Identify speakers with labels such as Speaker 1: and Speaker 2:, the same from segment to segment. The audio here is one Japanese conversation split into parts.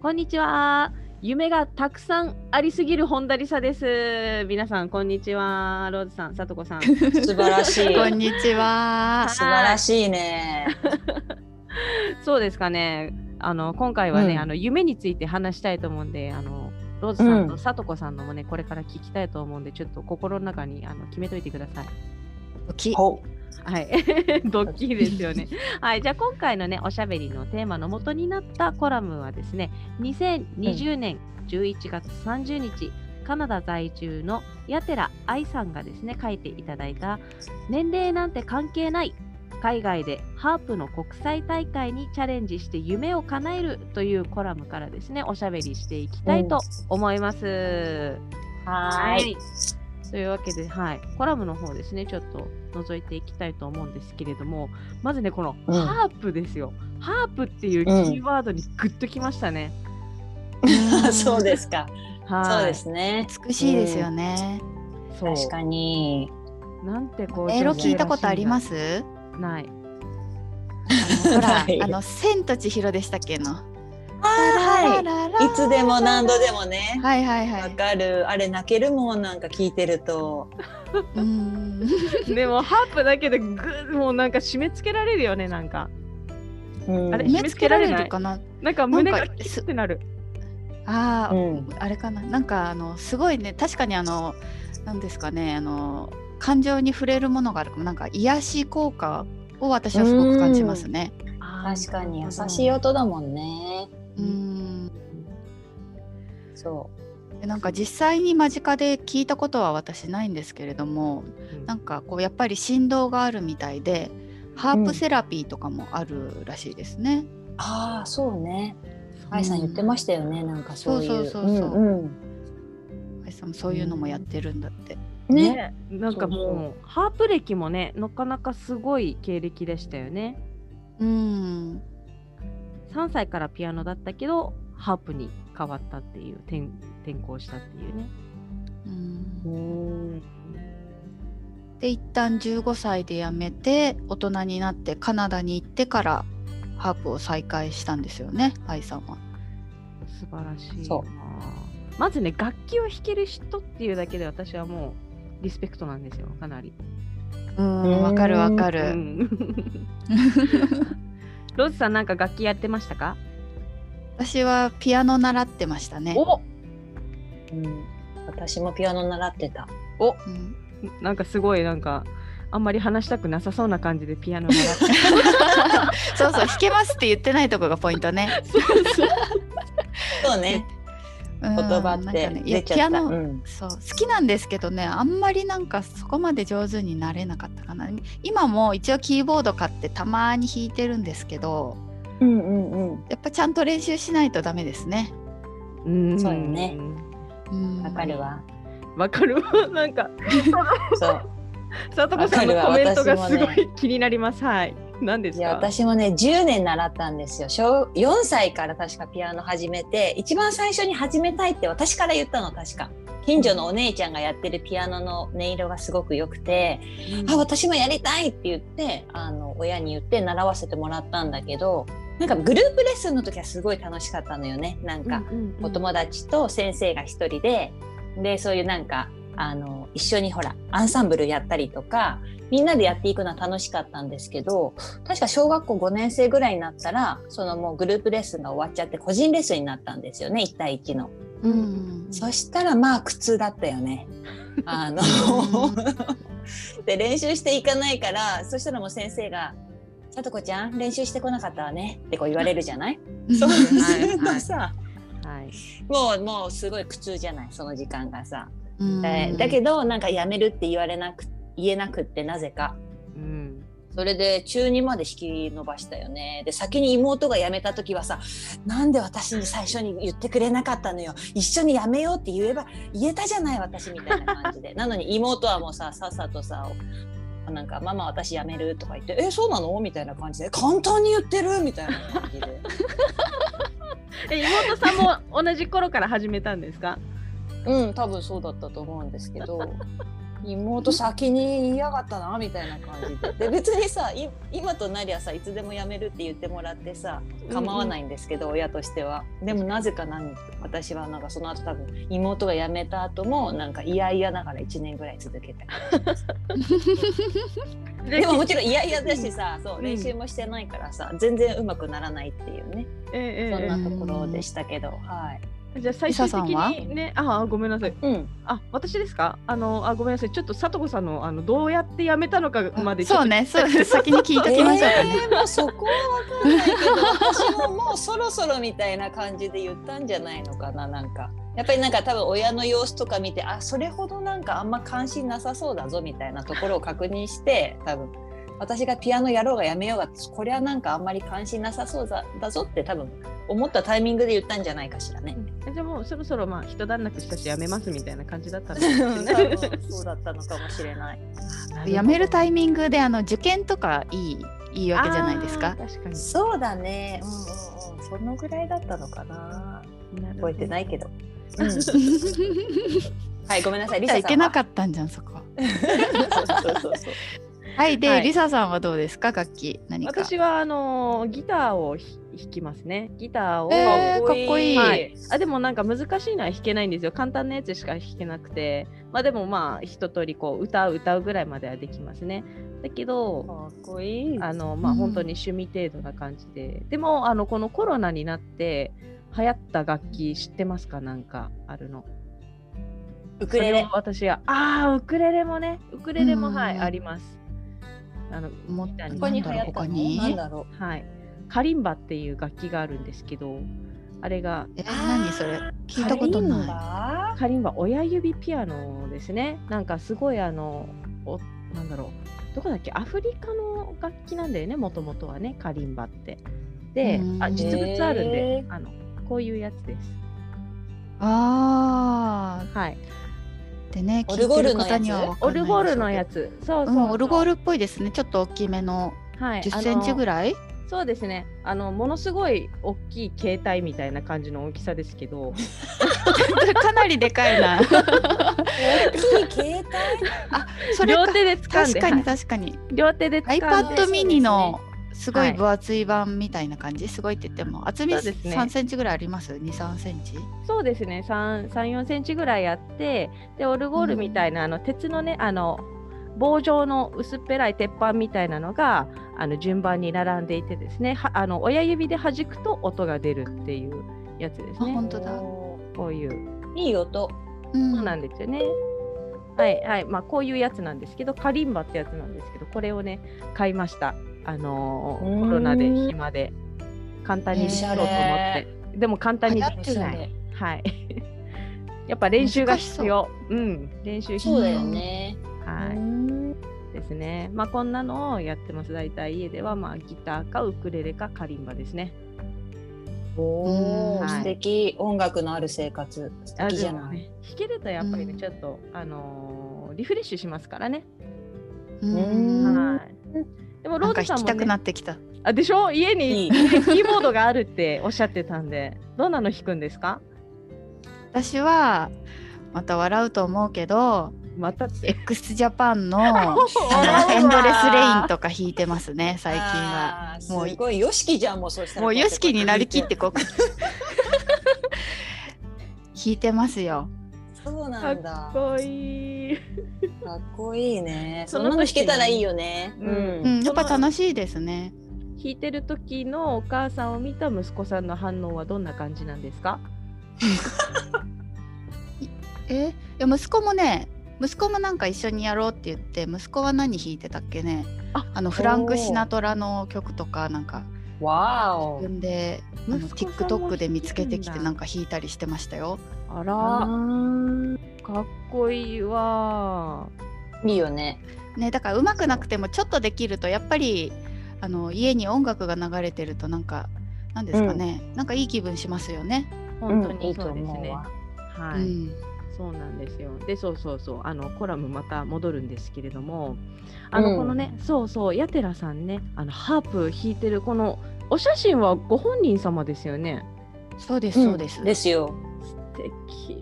Speaker 1: こんにちは夢がたくさんありすぎる本田理沙です皆さんこんにちはローズさんさとこさん素
Speaker 2: 素晴らしい
Speaker 3: こんにちは
Speaker 2: 素晴らしいね
Speaker 1: そうですかね。あの今回はね、
Speaker 2: うん
Speaker 1: あの夢について話したいと思うんで、あのローズさん
Speaker 2: う
Speaker 1: と
Speaker 2: ん
Speaker 1: さとこさんのもね、これから聞きたいと思うんで、ちょっと心の中にあの決めといてください。
Speaker 3: き
Speaker 2: ほ
Speaker 1: はい、 ドッキリですよね。はい、じゃあ今回のね、おしゃべりのテーマの元になったコラムはですね、2020年11月30日、カナダ在住のヤテラ愛さんがですね、書いていただいた、年齢なんて関係ない、海外でハープの国際大会にチャレンジして夢を叶えるというコラムからですね、おしゃべりしていきたいと思います。
Speaker 2: はーい
Speaker 1: というわけで、はい、コラムの方ですね、ちょっと覗いていきたいと思うんですけれども、まずね、この
Speaker 2: うん
Speaker 1: ハープですよ。ハープっていうキーワードにグッときましたね。
Speaker 2: そうですか
Speaker 1: はい
Speaker 2: そうですね
Speaker 3: 美しいですよね、
Speaker 1: そう
Speaker 2: 確かに
Speaker 1: なんてこう。。
Speaker 3: エロ聞いたことありますす
Speaker 1: ない。
Speaker 3: あのほら
Speaker 2: ない
Speaker 3: あの千と千尋でしたっけの
Speaker 2: あ
Speaker 3: はい
Speaker 2: いつでも何度でもね
Speaker 3: はいはいは
Speaker 2: わ
Speaker 3: い
Speaker 2: かるあれ泣けるもんなんか聞いてると
Speaker 3: うーん
Speaker 1: でも、ハープだけで、ぐ、もうなんか締め付けられるよね、なんか。
Speaker 2: うん
Speaker 1: あれ
Speaker 3: 目つけられるかな
Speaker 1: なんか胸
Speaker 3: な
Speaker 1: が
Speaker 3: んか
Speaker 1: キュッてなる。
Speaker 3: あ
Speaker 2: う
Speaker 3: ー、
Speaker 2: ん
Speaker 3: あれかななんかあのすごいね確かにあのなんですかねあの感情に触れるものがあるかもなんか癒し効果を私はすごく感じますね
Speaker 2: 確かに優し
Speaker 1: い。
Speaker 2: い音だもんね
Speaker 3: うーん
Speaker 2: そ
Speaker 3: でなんか実際に間近で聞いたことは私ないんですけれども
Speaker 1: うん
Speaker 3: なんかこうやっぱり振動があるみたいでハープセラピーとかもあるらしいですね。
Speaker 2: うああそうね愛さん言ってましたよねなんかそういう
Speaker 3: そうそうそうそうん
Speaker 2: うん
Speaker 3: 愛さんもそういうのもやってるんだって。
Speaker 2: ね
Speaker 1: ね、なんかもうハープ歴もねなかなかすごい経歴でしたよね
Speaker 3: うん
Speaker 1: 3歳からピアノだったけどハープに変わったっていう転転校したっていうね
Speaker 3: うん
Speaker 2: うん
Speaker 3: で一旦15歳で辞めて大人になってカナダに行ってからハープを再開したんですよね愛さんは。
Speaker 1: 素晴らしいな
Speaker 2: そ
Speaker 1: まずね楽器を弾ける人っていうだけで私はもうリスペクトなんですよかなり、
Speaker 3: うんわかるわか
Speaker 1: う
Speaker 3: る。
Speaker 1: ん、 ロズさんなんか楽器やってましたか
Speaker 3: 私はピアノ習ってましたね。
Speaker 1: お
Speaker 2: うん私もピアノ習ってた
Speaker 3: うん
Speaker 1: なんかすごいなんかあんまり話したくなさそうな感じでピアノ習って
Speaker 3: そうそう弾けますって言ってないとこがポイントね。
Speaker 2: そうね
Speaker 3: 言
Speaker 2: 言葉って
Speaker 3: いや
Speaker 2: 出ち
Speaker 3: ピ
Speaker 2: ゃ
Speaker 3: ア
Speaker 2: った、
Speaker 3: ノ、
Speaker 2: うん
Speaker 3: そう好きなんですけどねあんまりなんかそこまで上手になれなかったかな今も一応キーボード買ってたまに弾いてるんですけど
Speaker 2: うんうんうん
Speaker 3: やっぱちゃんと練習しないとダメですね。
Speaker 1: うん
Speaker 2: そうよね
Speaker 3: うん
Speaker 2: わかるわ
Speaker 1: わかるわなんか
Speaker 2: そう
Speaker 1: さとこさんの
Speaker 2: わ
Speaker 1: コ
Speaker 2: かる
Speaker 1: メ
Speaker 2: わ
Speaker 1: ントが
Speaker 2: 私
Speaker 1: す
Speaker 2: もね
Speaker 1: ごい気になります。はい。何です
Speaker 2: いや
Speaker 1: か。
Speaker 2: 私もね10年習ったんですよ小4歳から確かピアノ始めて一番最初に始めたいって私から言ったの確か近所のお姉ちゃんがやってるピアノの音色がすごく良くて、あ私もやりたいって言ってあの親に言って習わせてもらったんだけどなんかグループレッスンの時はすごい楽しかったのよねなんか、
Speaker 1: うんうんうん
Speaker 2: お友達と先生が一人ででそういうなんかあの一緒にほらアンサンブルやったりとかみんなでやっていくのは楽しかったんですけど確か小学校5年生ぐらいになったらそのもうグループレッスンが終わっちゃって個人レッスンになったんですよね1対1の。
Speaker 3: うんうん
Speaker 2: そしたらまあ苦痛だったよね。あので練習していかないからそしたらもう先生が「さとこちゃん練習してこなかったわね」ってこう言われるじゃないそうするとさ、
Speaker 1: はい。
Speaker 2: もうもうすごい苦痛じゃないその時間がさ、
Speaker 3: うん
Speaker 2: えーだけどなんかやめるって言われなく言えなくってなぜか
Speaker 1: うん。
Speaker 2: それで中2まで引き伸ばしたよね。で先に妹が辞めた時はさ「なんで私に最初に言ってくれなかったのよ一緒に辞めよう」って言えば言えたじゃない私みたいな感 じでなのに妹はもうささっさとさなんか「ママ私辞める」とか言って「えそうなの?」みたいな感じで「簡単に言ってる」みたいな感じで。
Speaker 1: え妹さんも同じ頃から始めたんですか
Speaker 2: うん多分そうだったと思うんですけ ど妹先に言いやがったなみたいな感じでで別にさい今となりゃさいつでも辞めるって言ってもらってさ構わないんですけど、親としてはでもなぜかなん私はなんかその後多分妹が辞めた後もなんか嫌々ながら1年ぐらい続け て でももちろん嫌々だしさそううん練習もしてないからさ全然うまくならないっていうね
Speaker 1: ええ
Speaker 2: そん
Speaker 1: え
Speaker 2: なところでしたけどはい。
Speaker 1: えじゃあ最終的
Speaker 3: リサさん
Speaker 1: にねああごめんなさい
Speaker 2: うん
Speaker 1: あ私ですかあのあごめんなさいちょっとさとこさんのあのどうやってやめたのかまでちょっ
Speaker 3: そう
Speaker 1: と
Speaker 3: ね、そう先に聞いときましょうかね。
Speaker 2: えーもうそこは分かんないけど私ももうそろそろみたいな感じで言ったんじゃないのかななんかやっぱりなんか多分親の様子とか見てあそれほどなんかあんま関心なさそうだぞみたいなところを確認して多分私がピアノやろうがやめようがこれはなんかあんまり関心なさそうだだぞって多分思ったタイミングで言ったんじゃないかしらね。
Speaker 1: うんじゃあもうそろそろまあ一段落したしやめますみたいな感じだったんで
Speaker 2: 多
Speaker 1: す ね。
Speaker 2: 分そうだったのかもしれない。
Speaker 3: 辞めるタ
Speaker 1: イ
Speaker 3: イミングであの受験とかいいいいわけじゃないですか。
Speaker 1: 確かに。
Speaker 2: そうだね。うんうんうん。そのぐらいだったのかな。覚えてないけど。はい、ごめんなさい。リ
Speaker 3: じゃあ
Speaker 2: サ
Speaker 3: い
Speaker 2: さ
Speaker 3: け
Speaker 2: ん
Speaker 3: な
Speaker 2: は。
Speaker 3: かったんじゃんそこは。
Speaker 2: そうそうそうそう。
Speaker 3: はいで、
Speaker 2: はい
Speaker 3: リサさんはどうですか楽器何か。
Speaker 1: 私はあのーギターをひ弾きますね。ギターを、
Speaker 3: えーかっこいい
Speaker 1: はい。あでもなんか難しいのは弾けないんですよ。簡単なやつしか弾けなくて、まあでもまあ一通りこう歌う歌うぐらいまではできますね。だけど、
Speaker 2: かっこいい。
Speaker 1: あのまあ
Speaker 3: うん
Speaker 1: 本当に趣味程度な感じで、でもあのこのコロナになって流行った楽器知ってますかなんかあるの
Speaker 2: ウクレ
Speaker 1: そ
Speaker 2: レ
Speaker 1: れを私はああウクレレもねウクレレも
Speaker 3: うん
Speaker 1: はいありますあの
Speaker 3: も
Speaker 1: ギター
Speaker 3: こ
Speaker 1: に
Speaker 3: こ
Speaker 2: 他
Speaker 3: に
Speaker 2: に
Speaker 3: 流行っ
Speaker 2: 流行ったた
Speaker 3: の
Speaker 2: の
Speaker 3: なん
Speaker 2: だろう。
Speaker 1: はいカリンバっていう楽器があるんですけどあれが
Speaker 3: え何それ聞いたこと
Speaker 2: カリン
Speaker 3: ない。
Speaker 2: バ
Speaker 1: カリンバ親指ピアノですねなんかすごいあのおなんだろうどこだっけアフリカの楽器なんだよねもともとはねカリンバってで
Speaker 3: うん
Speaker 1: あ実物あるん
Speaker 2: へ
Speaker 1: で
Speaker 2: ー
Speaker 1: あのこういうやつです
Speaker 3: あ
Speaker 1: はい
Speaker 3: あでね
Speaker 2: オ
Speaker 3: 聞
Speaker 2: ル
Speaker 3: いて
Speaker 2: ゴー
Speaker 3: る
Speaker 2: ルのや
Speaker 3: 方
Speaker 2: つ
Speaker 3: にはわか
Speaker 1: オ
Speaker 3: ん
Speaker 1: ル
Speaker 3: ないんでしょ
Speaker 1: ゴ
Speaker 3: う
Speaker 1: ー
Speaker 3: けど
Speaker 1: ルのやつそうそううそうん
Speaker 3: オルゴールっぽいですねちょっと大きめの
Speaker 1: はい
Speaker 3: 10センチぐ
Speaker 1: い
Speaker 3: らい。
Speaker 1: そうですねあのものすごい大きい携帯みたいな感じの大きさですけど
Speaker 3: かなりでかいな。
Speaker 2: 大きい携帯。
Speaker 3: それか
Speaker 1: 両手で掴ん
Speaker 3: 確
Speaker 1: で
Speaker 3: か
Speaker 1: は
Speaker 3: に
Speaker 1: い
Speaker 3: 確かに。
Speaker 1: 両手で掴んで
Speaker 3: iPad mini のすごい分厚い版みたいな感じ、すごいって言っても厚み
Speaker 1: そうですね
Speaker 3: 3センチぐらいあります2、3センチ。
Speaker 1: そうですね34センチぐらいあってでオルゴールみたいな、あの鉄のねあの棒状の薄っぺらい鉄板みたいなのがあの順番に並んでいてですねはあの親指で弾くと音が出るっていうやつです
Speaker 3: あ
Speaker 1: ね
Speaker 3: 本当だ
Speaker 2: おー
Speaker 1: こういう
Speaker 2: いい音。
Speaker 3: うん
Speaker 1: そうなんですよね。はいはいまあ、こういうやつなんですけどカリンバってやつなんですけどこれをね買いました、あのー
Speaker 2: うーん
Speaker 1: コロナで暇で簡単にしようと思ってでも簡単にできない
Speaker 2: い。
Speaker 1: はい。 やっぱ練習が必要。うん、練習必要。
Speaker 2: そうだよね。
Speaker 1: は
Speaker 2: う
Speaker 1: い。
Speaker 2: ん
Speaker 1: ですね。まあこんなのをやってます。大体家ではまあギターかウクレレかカリンバですね。
Speaker 2: お
Speaker 3: う
Speaker 2: お、
Speaker 3: ん
Speaker 2: 素敵。音楽のある生活。素
Speaker 1: あ
Speaker 2: 敵じゃ
Speaker 1: でも
Speaker 2: ない。
Speaker 1: ね弾けるとやっぱりね、
Speaker 3: うん
Speaker 1: ちょっとあのーリフレッシュしますからね。
Speaker 3: うん
Speaker 2: うん
Speaker 1: はい。でも
Speaker 3: な
Speaker 1: ロ
Speaker 3: ん
Speaker 1: ー
Speaker 3: か
Speaker 1: ドさ
Speaker 3: 弾
Speaker 1: んも、
Speaker 3: きたく
Speaker 1: ね、
Speaker 3: なってきた。
Speaker 1: あでしょ家
Speaker 2: い
Speaker 1: に
Speaker 2: い
Speaker 1: キ。ーボードがあるっておっしゃってたんで、どんなの弾くんですか？
Speaker 3: 私はまた笑うと思うけど、
Speaker 1: また って。
Speaker 3: x ジャパンのあのエンドレスレインとか弾いてますね最近は。
Speaker 2: あー
Speaker 3: もう
Speaker 2: すごいよしきじゃんもうそうしたら。
Speaker 3: もうヨシキになりきって。こう弾いてますよ。
Speaker 2: そうなんだ。
Speaker 1: かっこいい。
Speaker 2: かっこいいね。
Speaker 1: そ
Speaker 2: そ
Speaker 1: の時
Speaker 2: んなの弾けたらいいよね。
Speaker 1: うん
Speaker 3: うん、やっぱ楽しいですね。
Speaker 1: 弾いてる時のお母さんを見た息子さんの反応はどんな感じなんですか？
Speaker 3: えいや息子もね息子もなんか一緒にやろうって言って息子は何弾いてたっけね
Speaker 1: あ
Speaker 3: あのフランク・シナトラの曲とかなんか
Speaker 2: わお
Speaker 3: 自。分であの
Speaker 1: 息子さんも弾いてんだ
Speaker 3: TikTok で見つけてきてなんか弾いたりしてましたよ。
Speaker 1: あ
Speaker 2: あ
Speaker 1: ら、かっこいいわ
Speaker 2: ーいいよね。
Speaker 3: ね、だからうまくなくてもちょっとできるとやっぱりあの家に音楽が流れてるとなんかなんですかね、なんかいい気分しますよね。
Speaker 1: 本当
Speaker 2: うんい
Speaker 1: に
Speaker 2: いと
Speaker 1: そうです
Speaker 2: 思う
Speaker 1: ね。
Speaker 2: わ。
Speaker 1: はい、
Speaker 3: うん
Speaker 1: そうなんですよ。で、そうそうそう、あのコラムまた戻るんですけれども、あの、
Speaker 2: うん
Speaker 1: このね、そうそう、やてらさんね、あのハープ弾いてるこのお写真はご本人様ですよね。
Speaker 3: そうですそうです、
Speaker 2: んですよ。
Speaker 1: 素敵。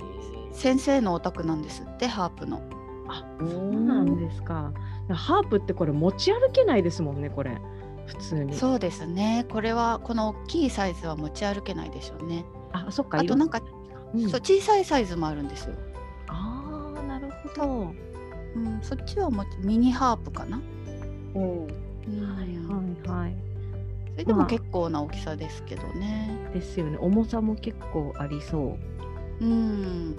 Speaker 3: 先生のお宅なんですってハープの。
Speaker 1: あ、
Speaker 2: うん
Speaker 1: そうなんですか。ハープってこれ持ち歩けないですもんね、これ。普通に。
Speaker 3: そうですね。これはこの大きいサイズは持ち歩けないでしょうね。
Speaker 1: あ、そっか。
Speaker 3: あとなんか、
Speaker 1: 色、うん
Speaker 3: そう小さいサイズもあるんですよ。
Speaker 1: ああ、なるほど。
Speaker 3: うん、そっちはもうミニハープかな。
Speaker 2: うん。
Speaker 3: うん
Speaker 1: はいはい。
Speaker 3: それで
Speaker 1: ま
Speaker 3: も
Speaker 1: あ
Speaker 3: 結構な大きさですけどね。
Speaker 1: ですよね。重さも結構ありそう。
Speaker 3: うん、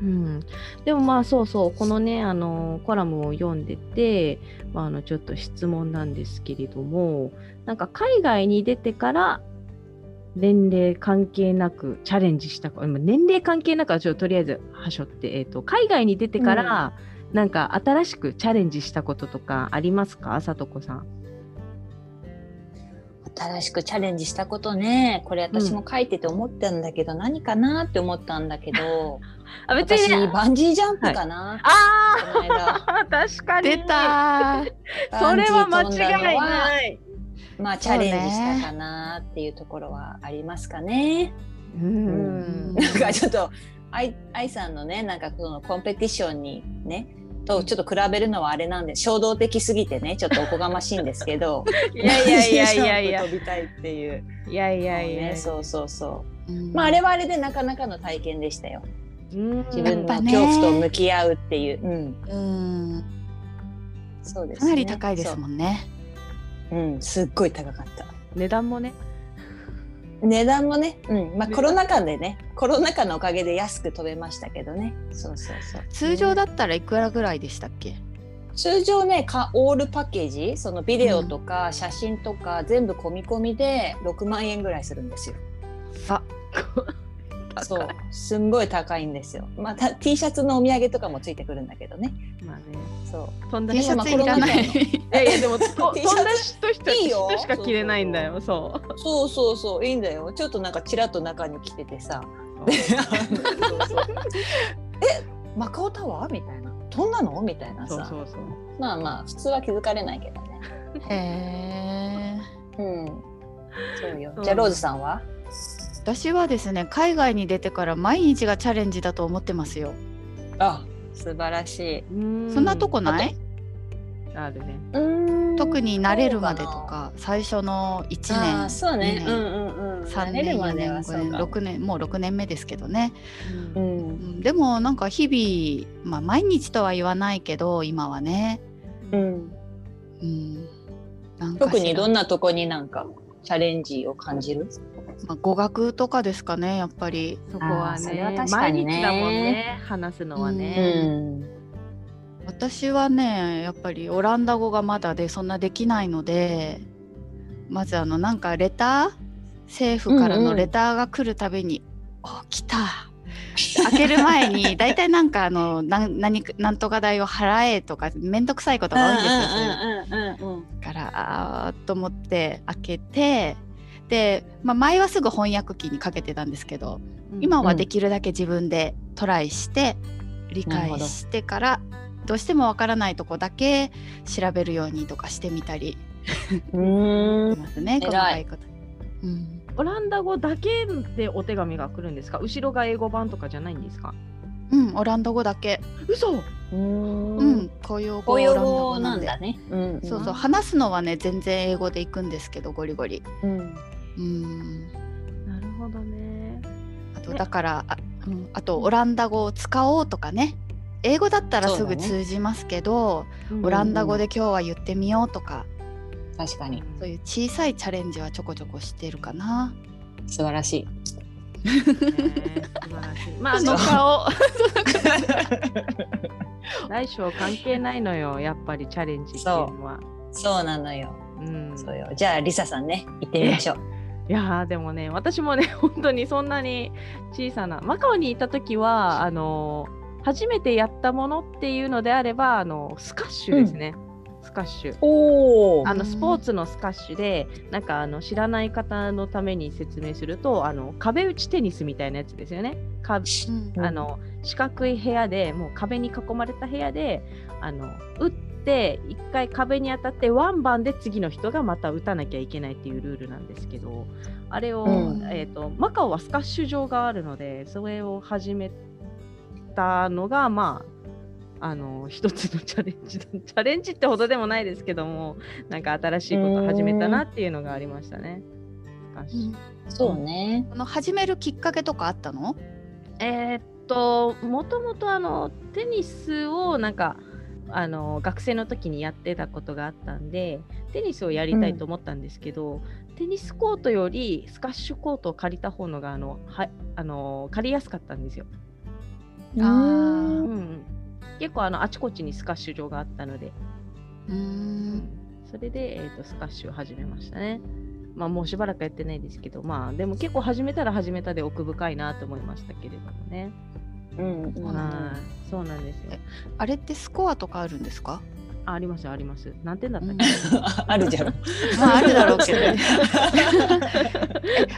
Speaker 1: うん、でもまあそうそうこのねあのコラムを読んでて、まあ、あのちょっと質問なんですけれどもなんか海外に出てから年齢関係なくチャレンジしたこまあ年齢関係なくはちょっととりあえずはしょって、えー、と海外に出てから、なんか新しくチャレンジしたこととかありますかさとこさん。
Speaker 2: 新しくチャレンジしたことねこれ私も書いてて思ったんだけど、何かなって思ったんだけど
Speaker 1: あ別
Speaker 2: 私
Speaker 1: に、ね、
Speaker 2: バンジージャンプかな、
Speaker 1: あ
Speaker 2: この間
Speaker 1: あ確かに
Speaker 3: 出たー
Speaker 1: それは間
Speaker 2: バンジー飛ん
Speaker 1: 違い
Speaker 2: だのは
Speaker 1: ない。
Speaker 2: まあチャレンジしたかなっていうところはありますかね。
Speaker 1: う
Speaker 3: うん
Speaker 1: ん
Speaker 2: なんかちょっと愛愛さんのねなんかそのコンペティションにねとちょっと比べるのはあれなんで衝動的すぎてねちょっとおこがましいんですけど
Speaker 1: いやいやいやいやいや
Speaker 2: バンジージャンプ飛びたいっていう
Speaker 1: いやい
Speaker 2: い
Speaker 1: やいや。
Speaker 2: ね、そうそうそう
Speaker 3: うん
Speaker 2: まああれはあれでなかなかの体験でしたよ
Speaker 1: うん
Speaker 2: 自分
Speaker 3: やっ
Speaker 2: の
Speaker 3: ぱね
Speaker 2: 恐怖と向き合うっていう、うん、
Speaker 3: うん、
Speaker 2: そうです、
Speaker 3: かなり高いです
Speaker 2: ん
Speaker 3: もんね。
Speaker 2: うん、すっごい高かった。
Speaker 1: 値段もね。
Speaker 2: 値段もね、うん、まあ
Speaker 1: ね
Speaker 2: コロナ禍でね、コロナ禍のおかげで安く飛べましたけどね。そうそうそう。
Speaker 3: 通常だったらいくらぐらいでしたっけ？
Speaker 2: 通常ね、かオールパッケージ、そのビデオとか写真とか全部込み込みで6万円ぐらいするんですよ。
Speaker 3: あ、
Speaker 2: そう、すんごい高いんですよ。また T シャツのお土産とかもついてくるんだけどね。
Speaker 1: まあね。
Speaker 2: そ
Speaker 1: そんだ
Speaker 3: T
Speaker 1: け。
Speaker 3: シャ
Speaker 1: まあ
Speaker 3: ツ
Speaker 1: コ
Speaker 3: い
Speaker 1: ロナ
Speaker 3: らな
Speaker 1: 禍
Speaker 3: い
Speaker 1: の。いやいやでもとそ
Speaker 2: T シャツ
Speaker 1: んな人人
Speaker 2: いいよ。
Speaker 1: 人しか着れないんだよ。そう
Speaker 2: そうそうそう、いいんだよ。ちょっとなんかちらっと中に来てて さ。
Speaker 1: う。
Speaker 2: えマカオタワーみたいなどんなのみたいなさ
Speaker 1: そうそうそう。
Speaker 2: まあまあ普通は気づかれないけどね
Speaker 3: へえ。
Speaker 2: うんそうよ
Speaker 1: そう
Speaker 2: じゃあローズさんは
Speaker 3: 私はですね、海外に出てから毎日がチャレンジだと思ってますよ。
Speaker 2: あ素晴らしいう
Speaker 3: そんなとこない？
Speaker 1: あるね。
Speaker 2: うん
Speaker 3: 特に慣れるまでとか、最初の一
Speaker 2: ああ
Speaker 3: 年、
Speaker 2: そうね
Speaker 3: 二
Speaker 2: う
Speaker 3: 年
Speaker 2: んうんうん
Speaker 3: 三
Speaker 2: 慣れ
Speaker 3: 年、
Speaker 2: るま
Speaker 3: 四
Speaker 2: で
Speaker 3: 年、
Speaker 2: は
Speaker 3: 五
Speaker 2: そう
Speaker 3: 年、
Speaker 2: か
Speaker 3: 六年、もう六年目ですけどね。
Speaker 2: う
Speaker 3: うんんでもなんか日々、まあ毎日とは言わないけど、今はね。
Speaker 2: うん
Speaker 3: うん。なんかしら
Speaker 2: 特にどんなとこになんかチャレンジを感じる
Speaker 3: まあ、語学とかですかねやっぱり
Speaker 1: そこは
Speaker 2: あーそれは
Speaker 1: ね。
Speaker 2: 確か
Speaker 1: 毎
Speaker 2: にね
Speaker 1: 日だもんね。話すのは
Speaker 2: う
Speaker 1: ね。
Speaker 2: ん
Speaker 3: 私はねやっぱりオランダ語がまだでそんなできないのでまずあのなんかレター政府から
Speaker 2: うんう
Speaker 3: の
Speaker 2: ん
Speaker 3: レターが来るたびに「お来た!」開ける前 に大体なんかあのなん何かなんとか代を払えとか面倒くさいことが多いんですよそういうの。
Speaker 2: うんうんうんうん
Speaker 3: からあーっと思って開けてで、まあ、前はすぐ翻訳機にかけてたんですけど
Speaker 1: うん
Speaker 3: 今はできるだけ自分でトライして理解してからどうしてもわからないとこだけ調べるようにとかしてみたり
Speaker 2: うん
Speaker 3: しますね
Speaker 2: 偉い
Speaker 3: 細かいこと。うん、
Speaker 1: オランダ語だけでお手紙が来るんですか？後ろが英語版とかじゃないんですか？
Speaker 3: うん、オランダ語だけ、
Speaker 1: 嘘。
Speaker 2: うん
Speaker 3: うん、公用語
Speaker 2: 公用語
Speaker 3: オラ
Speaker 2: な
Speaker 3: ン
Speaker 2: ん
Speaker 3: ダ
Speaker 2: だねうん
Speaker 3: でそうそう話すのはね全然英語で行くんですけどゴリゴリ。
Speaker 2: うん
Speaker 3: うん、
Speaker 1: なるほどね。
Speaker 3: あとだからあ,、うん、あとオランダ語を使おうとかね英語だったらす
Speaker 2: そう
Speaker 3: ぐ
Speaker 2: だね
Speaker 3: 通じますけど、オランダ語で今日は言ってみようとか、
Speaker 2: 確かに
Speaker 3: そういう小さいチャレンジはちょこちょこしてるかな。
Speaker 2: 素晴らしい
Speaker 1: ね素晴らしい。まああ
Speaker 3: その
Speaker 1: の
Speaker 3: 顔。
Speaker 1: 大小関係ないのよやっぱりチャレンジっていうのは。
Speaker 2: そうなのよ。
Speaker 1: うん、
Speaker 2: そうよ。じゃあリサさんね、行ってみましょう。
Speaker 1: いやーでもね私もね 本当にそんなに小さなマカオにいた時はあのー初めてやったものっていうのであればあのスカッシュですね、スカッシュ。
Speaker 2: おお
Speaker 1: あの
Speaker 3: うん
Speaker 1: スポーツのスカッシュでなんかあの知らない方のために説明するとあの壁打ちテニスみたいなやつですよね。か
Speaker 3: うん
Speaker 2: うん
Speaker 1: あの四角い部屋でもう壁に囲まれた部屋であの打って一回壁に当たってワンバンで次の人がまた打たなきゃいけないっていうルールなんですけどあれを、
Speaker 2: うん
Speaker 1: えー、とマカオはスカッシュ場があるのでそれを始めたのがまああの一つのチャレンジだ チャレンジってほどでもないですけどもなんか新しいことを始めたなっていうのがありましたね。スカッシュ
Speaker 2: そうね
Speaker 3: あの始めるきっかけとかあったの？
Speaker 1: えーっともともとあのテニスをなんかあの学生の時にやってたことがあったんでテニスをやりたいと思ったんですけど、テニスコートよりスカッシュコートを借りた方のがあのはあの借りやすかったんですよ。
Speaker 3: あ
Speaker 1: う
Speaker 3: ー
Speaker 1: んうん結構あのあちこちにスカッシュ場があったので、
Speaker 3: うーん。
Speaker 1: それで、えーっとスカッシュを始めましたね。まあもうしばらくやってないですけどまあでも結構始めたら始めたで奥深いなと思いましたけれどもね。
Speaker 2: うんうん
Speaker 3: そうなんだ
Speaker 1: はいそうなんですよ。
Speaker 3: あれってスコアとかあるんですか？
Speaker 1: あありますあります。何点だったっ
Speaker 2: あるじゃん。
Speaker 3: まああるだろうけど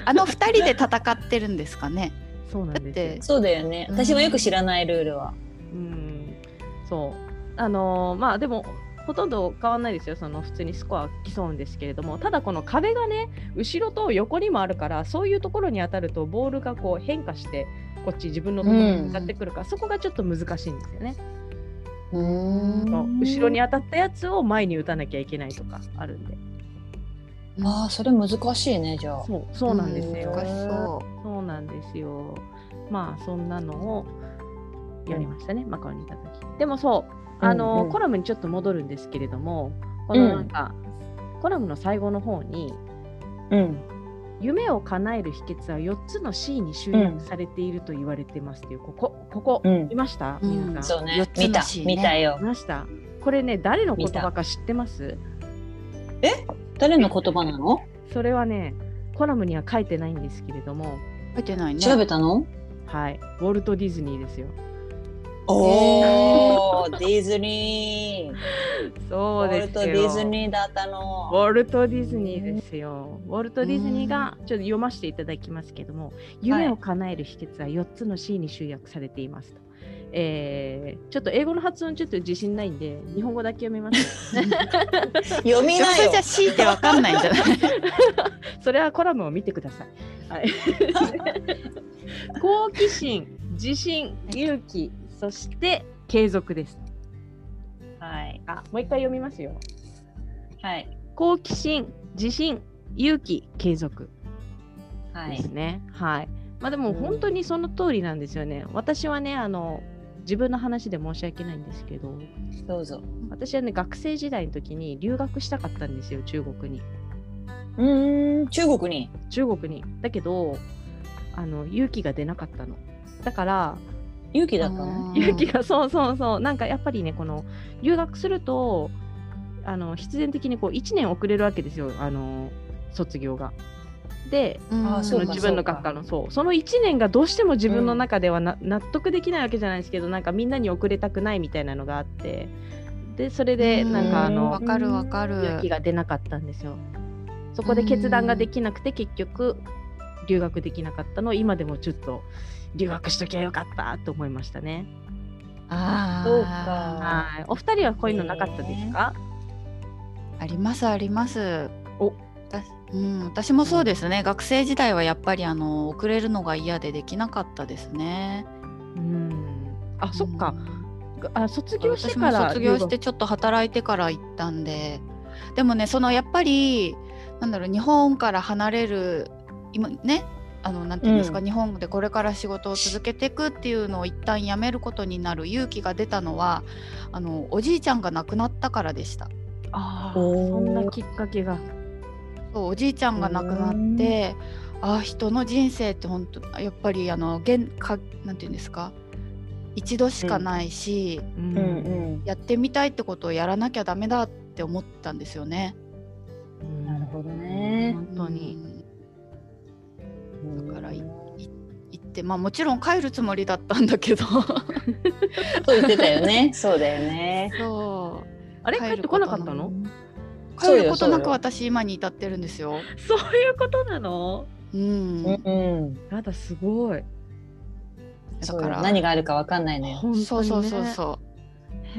Speaker 3: あの二人で戦ってるんですかね。
Speaker 1: け？ そうなんですよ。
Speaker 2: そうだよね
Speaker 3: うん
Speaker 2: 私もよく知らないルールは
Speaker 1: うん、そう。あのーまあでもほとんど変わんないですよ。その普通にスコア競うんですけれども、ただこの壁がね後ろと横にもあるから、そういうところに当たるとボールがこう変化してこっち自分のところに向かってくるから、そこがちょっと難しいんですよね。
Speaker 3: うん
Speaker 1: そう後ろに当たったやつを前に打たなきゃいけないとかあるんで。
Speaker 2: ああそれ難しいねじゃあ
Speaker 1: そうそうなんですよ。
Speaker 3: 難しそ
Speaker 1: そうなんですよ。まあそんなのをやりましたね、マカオにいた時。でもそう、あの、
Speaker 2: うんうん
Speaker 1: コラムにちょっと戻るんですけれども、こ
Speaker 2: うん
Speaker 1: のなんか、コラムの最後の方に、
Speaker 2: うん
Speaker 1: 夢を叶える秘訣は4つの C に集約されていると言われてますっていう、ここ、ここ、
Speaker 2: うん
Speaker 1: 見ました
Speaker 3: うん
Speaker 1: 皆さん。
Speaker 2: そうね
Speaker 3: 四つの
Speaker 2: 見た
Speaker 3: C ね
Speaker 2: 見たよ
Speaker 1: 見ましたこれね、誰の言葉か知ってます
Speaker 2: 誰の言葉なの
Speaker 1: それはね、コラムには書いてないんですけれども、
Speaker 3: う。書いてないね。
Speaker 2: 調べたの
Speaker 1: はい、ウォルト・ディズニーですよ。
Speaker 2: おーディズニー
Speaker 1: そうですよ。
Speaker 2: ウォルト・ディズニーだったの
Speaker 1: ウォルト・ディズニーですよ。ウォルト・ディズニーがちょっと読ませていただきますけども、夢を叶える秘訣は4つの C に集約されていますと。えーちょっと英語の発音ちょっと自信ないんで、日本語だけ読みます。
Speaker 2: 読み
Speaker 3: でも
Speaker 2: な
Speaker 3: それ
Speaker 2: よ
Speaker 3: じゃ強いてわかんないんじゃない？
Speaker 1: それはコラムを見てください。はい、好奇心、自信、勇気、そして継続です。
Speaker 2: はい
Speaker 1: あもう一回読みますよ。
Speaker 2: はい
Speaker 1: 好奇心、自信、勇気、継続。
Speaker 2: は
Speaker 1: です
Speaker 2: い
Speaker 1: ね。はい。まあで
Speaker 2: う
Speaker 1: も
Speaker 2: ん
Speaker 1: 本当にその通りなんですよね。私はね、あの自分の話で申し訳ないんですけど、
Speaker 2: どうぞ
Speaker 1: 私はね学生時代の時に留学したかったんですよ、中国に。
Speaker 2: うーん中国に
Speaker 1: 中国に。だけど、あの勇気が出なかったの。だから
Speaker 2: 勇気だったの
Speaker 1: 勇気がそうそうそう。なんかやっぱりねこの留学するとあの必然的にこう1年遅れるわけですよ。あの卒業が。で、
Speaker 3: うん
Speaker 2: あ
Speaker 1: その
Speaker 2: か
Speaker 1: 自分の学科のそうその1年がどうしても自分の中ではな、納得できないわけじゃないですけどなんかみんなに遅れたくないみたいなのがあってでそれでなんかあ
Speaker 2: うん
Speaker 1: の
Speaker 3: わかるわかる。
Speaker 1: 勇気が出なかったんですよそこで決断ができなくて結局留学できなかったのを今でもちょっと留学しときゃよかったと思いましたね
Speaker 3: ああ。
Speaker 2: そうか
Speaker 1: はいお二人はこういうのなかったですか、
Speaker 3: ありますあります。
Speaker 1: お
Speaker 3: 私うん、私もそうですね、学生時代はやっぱりあの遅れるのが嫌でできなかったですね。
Speaker 1: うんあそっか
Speaker 3: うん
Speaker 1: あ卒業して
Speaker 3: 私も
Speaker 1: から
Speaker 3: 卒業してちょっと働いてから行ったんででもねそのやっぱりなんだろう日本から離れる今ねあのなんていうんですか、
Speaker 2: う
Speaker 3: 日本でこれから仕事を続けていくっていうのを一旦やめることになる勇気が出たのはあのおじいちゃんが亡くなったからでした。
Speaker 1: ああ
Speaker 2: おー
Speaker 1: そんなきっかけが
Speaker 3: そうおじいちゃんが亡くなってああ人の人生って本当やっぱりあの現かなんていうんですか一度しかないし、
Speaker 1: うん
Speaker 2: うんうん
Speaker 3: やってみたいってことをやらなきゃダメだって思ったんですよね。
Speaker 1: うん
Speaker 2: なるほどね
Speaker 1: 本当に、
Speaker 3: だからい行ってまあもちろん帰るつもりだったんだけど
Speaker 2: そう言ってたよねそうだよね
Speaker 3: そう
Speaker 1: あれ帰ってこなかったの
Speaker 2: そう
Speaker 3: 帰
Speaker 2: よ
Speaker 3: ることな
Speaker 2: そう
Speaker 3: く
Speaker 2: よ
Speaker 3: 私今に至ってるんですよ。
Speaker 1: そういうことなの
Speaker 3: うん、
Speaker 2: うんうん。
Speaker 1: やだすごい
Speaker 3: だ
Speaker 2: そう
Speaker 3: か
Speaker 2: よ
Speaker 3: ら
Speaker 2: 何があるかわかんないのよ。
Speaker 1: 本当に、ね、
Speaker 3: そうそうそうそう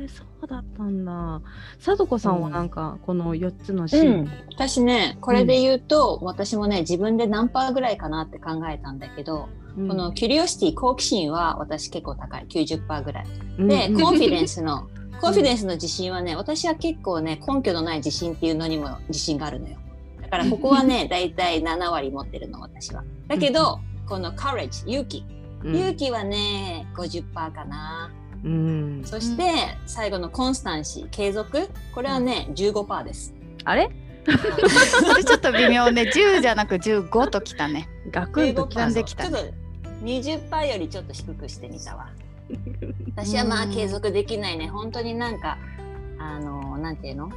Speaker 1: へえそうだったんだ貞子さんはなんか、この4つのシ
Speaker 2: う
Speaker 1: ーン、
Speaker 2: ん、私ねこれで言うと、私もね自分で何パーぐらいかなって考えたんだけど、
Speaker 1: うん
Speaker 2: このキュリオシティ好奇心は私結構高い90%ぐらい
Speaker 1: うん
Speaker 2: で、
Speaker 1: うん
Speaker 2: コンフィデン スのコンフィデンスの自信はね私は結構ね根拠のない自信っていうのにも自信があるのよだからここ はね大体7割持ってるの私はだけどこの courage 勇気勇気はね50%かな
Speaker 1: うん、
Speaker 2: そして、最後のコンスタンシー継続これはね15%です
Speaker 1: あれ
Speaker 3: そ れちょっと微妙ね10じゃなく15ときたね
Speaker 1: ガクンとき
Speaker 3: 刻
Speaker 1: た
Speaker 3: んできた
Speaker 2: ちょっと20%よりちょっと低くしてみたわ。私はまあ
Speaker 3: うん
Speaker 2: 継続できないね。本当になんか、あの、なんていうの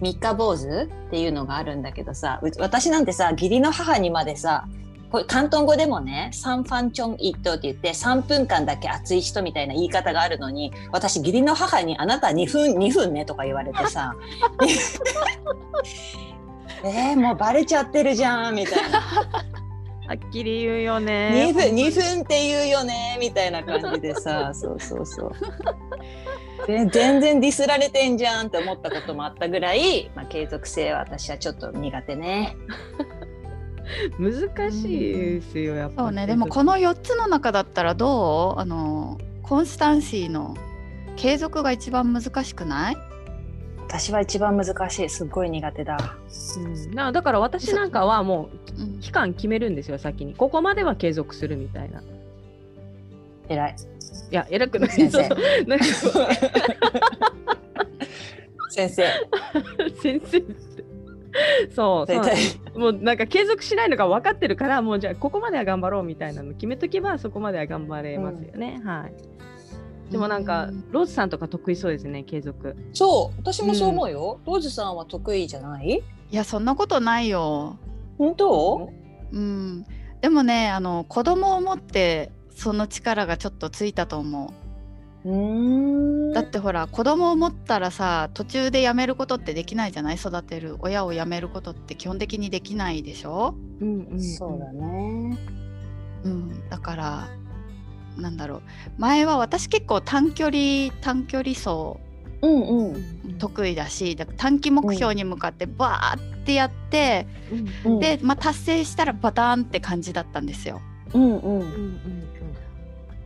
Speaker 2: 三日坊主っていうのがあるんだけどさ、う私なんてさ、義理の母にまでさ、これ広東語でもね、サンファンチョン一等って言って、3分間だけ熱い人みたいな言い方があるのに、私、義理の母にあなた2分、2分ねとか言われてさ、えー、もうバレちゃってるじゃん、みたいな。
Speaker 1: はっきり言うよね
Speaker 2: 2分二分って言うよねみたいな感じで さそうそうそうで全然ディスられてんじゃんって思ったこともあったぐらい、まあ、継続性は私はちょっと苦手ね
Speaker 1: 難しいですよやっぱ
Speaker 3: そうねでもこの4つの中だったらどうあのコンスタンシーの継続が一番難しくない
Speaker 2: 私は一番難しいすっごい苦手だ
Speaker 1: うんなだから私なんかはも
Speaker 3: うん
Speaker 1: う期間決めるんですよ先にここまでは継続するみたいない
Speaker 2: 偉い
Speaker 1: や偉くない
Speaker 2: 先生
Speaker 1: そうなんか
Speaker 2: 先生
Speaker 1: 先生ってそうそう
Speaker 2: 先
Speaker 1: なん
Speaker 2: 生
Speaker 1: ですもうなんか継続しないのが分かってるからもうじゃあここまでは頑張ろうみたいなの決めとけばそこまでは頑張れますよね、はいでもなんか
Speaker 3: うん
Speaker 1: ローズさんとか得意そうですね継続
Speaker 2: そう私もそう思うよ、ローズさんは得意じゃない
Speaker 3: いやそんなことないよ
Speaker 2: 本当
Speaker 3: うんでもねあの子供を持ってその力がちょっとついたと思
Speaker 2: うーん
Speaker 3: うだってほら子供を持ったらさ途中でやめることってできないじゃない育てる親をやめることって基本的にできないでしょ
Speaker 1: うんうん
Speaker 2: そうだね
Speaker 3: うん、だからなんだろう前は私結構短距離短距離走
Speaker 2: うんうん
Speaker 3: 得意だしだから短期目標に向かってバーってやって、
Speaker 1: うん
Speaker 2: うん
Speaker 3: で、まあ、達成したらバターンって感じだったんですよ。
Speaker 2: うんうん
Speaker 1: うんうん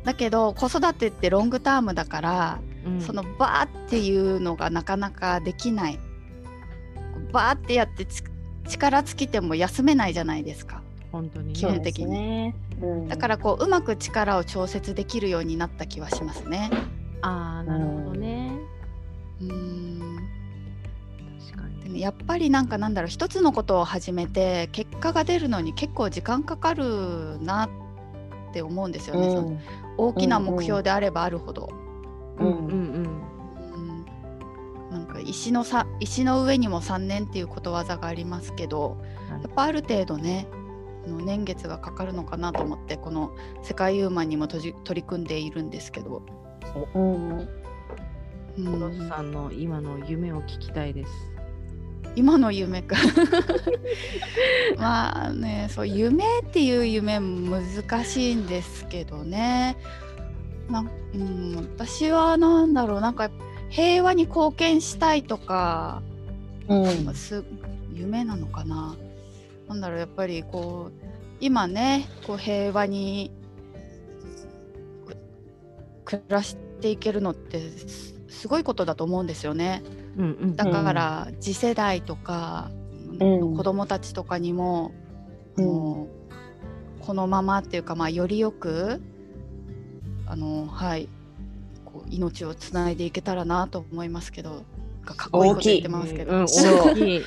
Speaker 3: だけど子育てってロングタームだから、
Speaker 1: うん
Speaker 3: そのバーっていうのがなかなかできないバーってやってつ力尽きても休めないじゃないですか
Speaker 1: 本当にね
Speaker 3: 基本的に
Speaker 2: ね、うん
Speaker 3: だからこううまく力を調節できるようになった気はしますね。
Speaker 1: ああなるほどね
Speaker 3: うん
Speaker 1: 確かに
Speaker 3: でもやっぱりなんかなんだろう一つのことを始めて結果が出るのに結構時間かかるなって思うんですよね、その大きな目標であればあるほど、
Speaker 1: う
Speaker 2: うんん
Speaker 1: うん
Speaker 3: うんなんか石のさ石の上にも3年っていうことわざがありますけど
Speaker 1: はい
Speaker 3: やっぱある程度ねあの年月がかかるのかなと思ってこの「世界ユーマン」にもとじ取り組んでいるんですけど、
Speaker 2: うんうん
Speaker 3: う
Speaker 1: うんローズ
Speaker 3: ん、
Speaker 1: さんの今の夢を聞きたいです
Speaker 3: 今の夢か まあねそう夢っていう夢も難しいんですけどねなん、うん、私はなんだろうなんか平和に貢献したいとか
Speaker 2: うん
Speaker 3: す夢なのかななんだろうやっぱりこう今ねこう平和にく暮らしていけるのってすすごいことだと思うんですよね。
Speaker 1: うんうん
Speaker 3: だから次世代とか、
Speaker 2: うん
Speaker 3: 子供たちとかにも、
Speaker 2: うん
Speaker 3: もうこのままっていうか、まあ、よりよくあの、はい、こう命をつないでいけたらなと思いますけどがかっこいいこと言ってますけど、
Speaker 1: うん、
Speaker 2: そう
Speaker 1: 大きい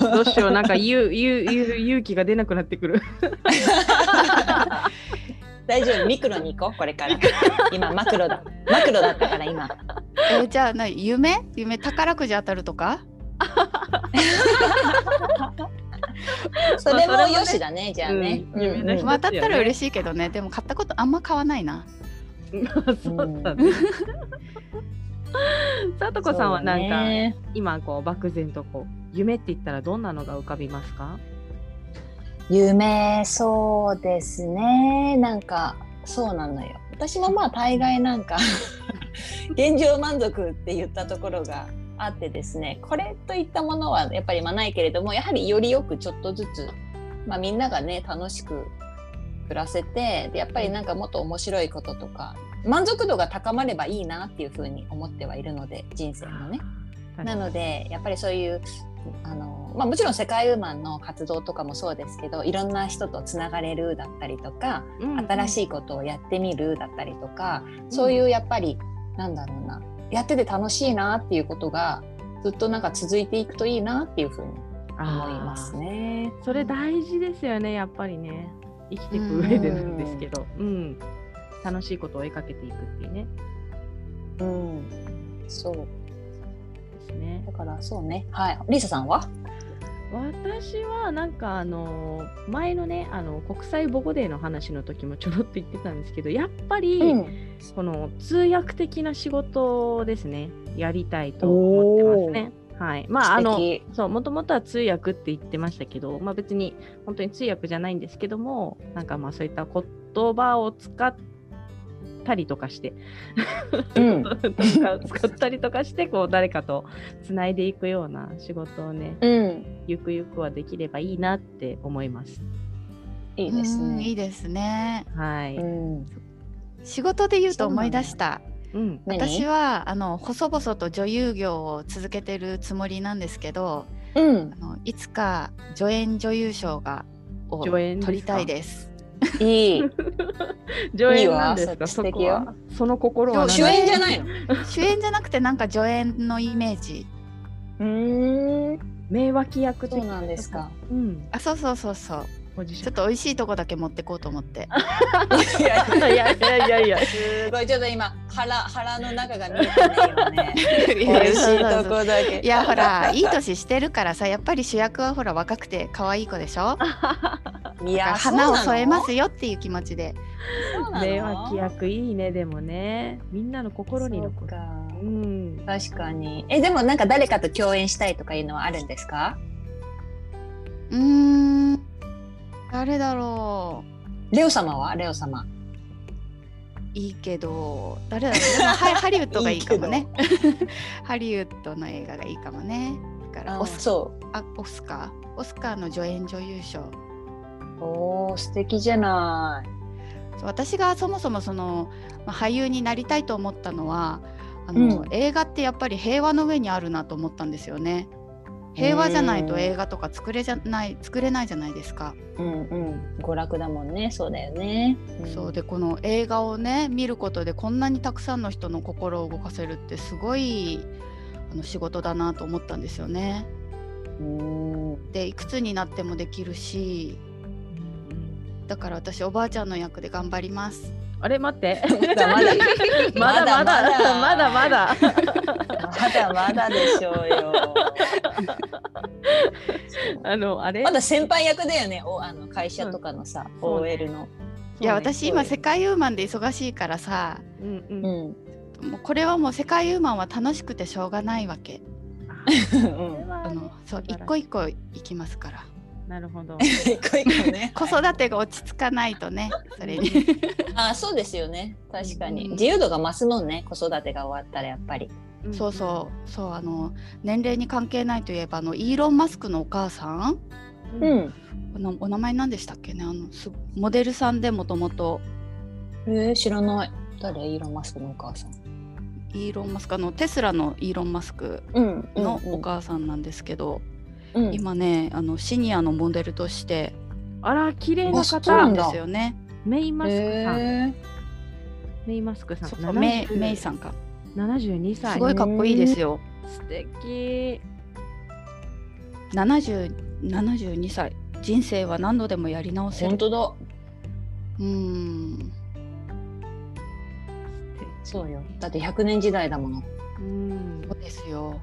Speaker 1: どうしようなんか言う言う言う勇気が出なくなってくる
Speaker 2: 大丈夫ミクロに行こうこれから今マクロだマクロだったから今
Speaker 3: えーじゃあな夢夢宝くじ当たるとか
Speaker 2: それもよしだねじゃあね、
Speaker 1: うん夢の一つ
Speaker 3: まあ当たったら
Speaker 1: よね
Speaker 3: 嬉しいけどねでも買ったことあんま買わないな。
Speaker 1: まあそうだね。 さとこさんはなんか、
Speaker 2: ね
Speaker 1: 今こう漠然とこう夢って言ったらどんなのが浮かびますか
Speaker 2: 夢そうですねなんかそうなのよ私もまあ大概なんか 現状満足って言ったところがあってですねこれといったものはやっぱりまあないけれどもやはりよりよくちょっとずつ、まあ、みんながね楽しく暮らせてでやっぱりなんかもっと面白いこととか満足度が高まればいいなっていうふうに思ってはいるので人生のね。なのでやっぱりそういうあの、まあ、もちろん世界ウーマンの活動とかもそうですけどいろんな人とつながれるだったりとか、新
Speaker 1: い、
Speaker 2: しいことをやってみるだったりとか、そういうやっぱりなんだろうなやってて楽しいなっていうことがずっとなんか続いていくといいなっていうふうに
Speaker 1: 思い
Speaker 2: 思いますね。
Speaker 1: それ大事ですよねやっぱりね生きていく上でなんですけど、うん楽しいことを追いかけていくっていうね
Speaker 2: うんそう
Speaker 1: ですね
Speaker 2: だからそうねはいリサさんは
Speaker 1: 私はなんかあの前のねあの国際母語デーの話の時もちょろっと言ってたんですけどやっぱり、
Speaker 2: うん
Speaker 1: この通訳的な仕事をですねやりたいと思ってますね。はい、まああの
Speaker 2: 素敵
Speaker 1: そうもともとは通訳って言ってましたけど、まあ、別に本当に通訳じゃないんですけどもなんかまあそういった言葉を使ったりとかして、
Speaker 2: うん
Speaker 1: 使ったりとかしてこう誰かとつないでいくような仕事をね
Speaker 2: うん
Speaker 1: ゆくゆくはできればいいなって思います。
Speaker 2: いいです
Speaker 3: うんいい
Speaker 2: ね。
Speaker 3: ですね。
Speaker 1: はい、
Speaker 2: うん
Speaker 3: 仕事で言うと思い出した。
Speaker 1: うん
Speaker 2: 何
Speaker 3: 私はあの細々と女優業を続けてるつもりなんですけど、
Speaker 2: うん
Speaker 3: あのいつか助演女優賞がを
Speaker 1: 助演ですか
Speaker 3: 取りたいです。
Speaker 2: いい
Speaker 1: 上演なんですか
Speaker 2: いい
Speaker 1: そ
Speaker 2: わ素
Speaker 1: こ
Speaker 2: 敵よ
Speaker 1: はその心は
Speaker 3: そう
Speaker 1: 何
Speaker 2: 主演じゃないの
Speaker 3: 主演じゃなくてなんか助演のイメージ。
Speaker 2: うーん
Speaker 1: 名脇役的
Speaker 2: そうなんですか。
Speaker 1: うん、
Speaker 3: あそうそうそうそう。
Speaker 1: ポジシ
Speaker 3: ち
Speaker 1: ョ
Speaker 3: ょっと美味しいとこだけ持ってこうと思って。
Speaker 2: いや
Speaker 1: ン。いやいやいやい や。
Speaker 2: すごいちょっと今腹腹の中が見えてないよね。
Speaker 3: 美
Speaker 2: 美味しいとこだけ。
Speaker 3: いやほらいい年してるからさやっぱり主役はほら若くて可愛い子でしょ
Speaker 2: いや。
Speaker 3: 花を添えますすよっていう気持ちで
Speaker 1: 名脇役いいねでもね、みんなの心に残る。う
Speaker 2: る。
Speaker 1: ん。
Speaker 2: 確かに。えでもなんか誰かと共演したいとかいうのはあるんですか？
Speaker 3: うーん誰だろう
Speaker 2: レオ様はレオ様。
Speaker 3: いいけど誰だろうでもハハリウッドがいいかもねハリウッドの映画がいいかもねだからオス
Speaker 2: そ
Speaker 3: あオスカーオスカーの助演女優賞
Speaker 2: う。おお素敵じゃない。
Speaker 3: そう私がそもそもそのまあ俳優になりたいと思ったのはあの、
Speaker 2: うん
Speaker 3: 映画ってやっぱり平和の上にあるなと思ったんですよね。平和じゃないと
Speaker 2: うん
Speaker 3: 映画とか作れじゃない作れないじゃないですか。
Speaker 2: うんうん。娯楽だもんね。そうだよね。
Speaker 3: そうでこの映画をね見ることでこんなにたくさんの人の心を動かせるってすごいあの仕事だなと思ったんですよね。
Speaker 2: うん。
Speaker 3: でいくつになってもできるしだから私おばあちゃんの役で頑張ります。
Speaker 1: あれ待って。
Speaker 2: まだまだ
Speaker 1: まだまだまだ
Speaker 2: まだ
Speaker 1: ま
Speaker 2: まだ
Speaker 1: だ。
Speaker 2: まだまだでしょうよ。
Speaker 1: あのあれ。
Speaker 2: まだ先輩役だよね。おあの会社とかのさ、
Speaker 1: うんそうね
Speaker 2: OL の。
Speaker 3: いや私今
Speaker 1: せ
Speaker 3: 世界ウーマンで忙しいからさ
Speaker 1: うんう。
Speaker 2: うんん。
Speaker 3: もうこれはもう世界ウーマンは楽しくてしょうがないわけ。
Speaker 1: こ れは
Speaker 3: あのそう一個一個行きますから。
Speaker 1: なるほど。
Speaker 2: 一個一個ね。
Speaker 3: 子育てが落ち着かないとね、それに。
Speaker 2: あ、そうですよね。確かに。
Speaker 3: うん
Speaker 2: 自由度が増すもんね。子育てが終わったらやっぱり。
Speaker 3: そうそう、そうあの年齢に関係ないといえばあのイーロンマスクのお母さん、
Speaker 1: うん。うん。
Speaker 2: ん。
Speaker 3: おなお名前なんでしたっけね、あのすモデルさんでもともと
Speaker 2: えー、知らない。誰イーロン・マスクのお母さん。
Speaker 3: イーロンマスクあのテスラのイーロンマスク
Speaker 2: うん
Speaker 3: のお母さんなんですけど、
Speaker 2: うんうん
Speaker 3: 今ねあのシニアのモデルとして
Speaker 1: あら綺麗な
Speaker 2: あそうな
Speaker 3: なん
Speaker 1: 方
Speaker 2: ん。
Speaker 3: で
Speaker 2: だ
Speaker 3: すよね。
Speaker 1: メイマスクさん。
Speaker 2: え
Speaker 1: メイマスクさん。
Speaker 3: そうそうメイメイさ
Speaker 1: ん。
Speaker 3: んか、
Speaker 1: 七十二歳
Speaker 3: す。ごいかっこいいですよ。
Speaker 1: 素敵。
Speaker 3: 70 72歳人生は何度でもやり直
Speaker 2: ー、
Speaker 3: せ
Speaker 2: 本
Speaker 3: る。
Speaker 2: 当だ。
Speaker 3: うーん。
Speaker 2: そうよ。だって100年時代だもの。
Speaker 1: うん
Speaker 3: そ。うですよ。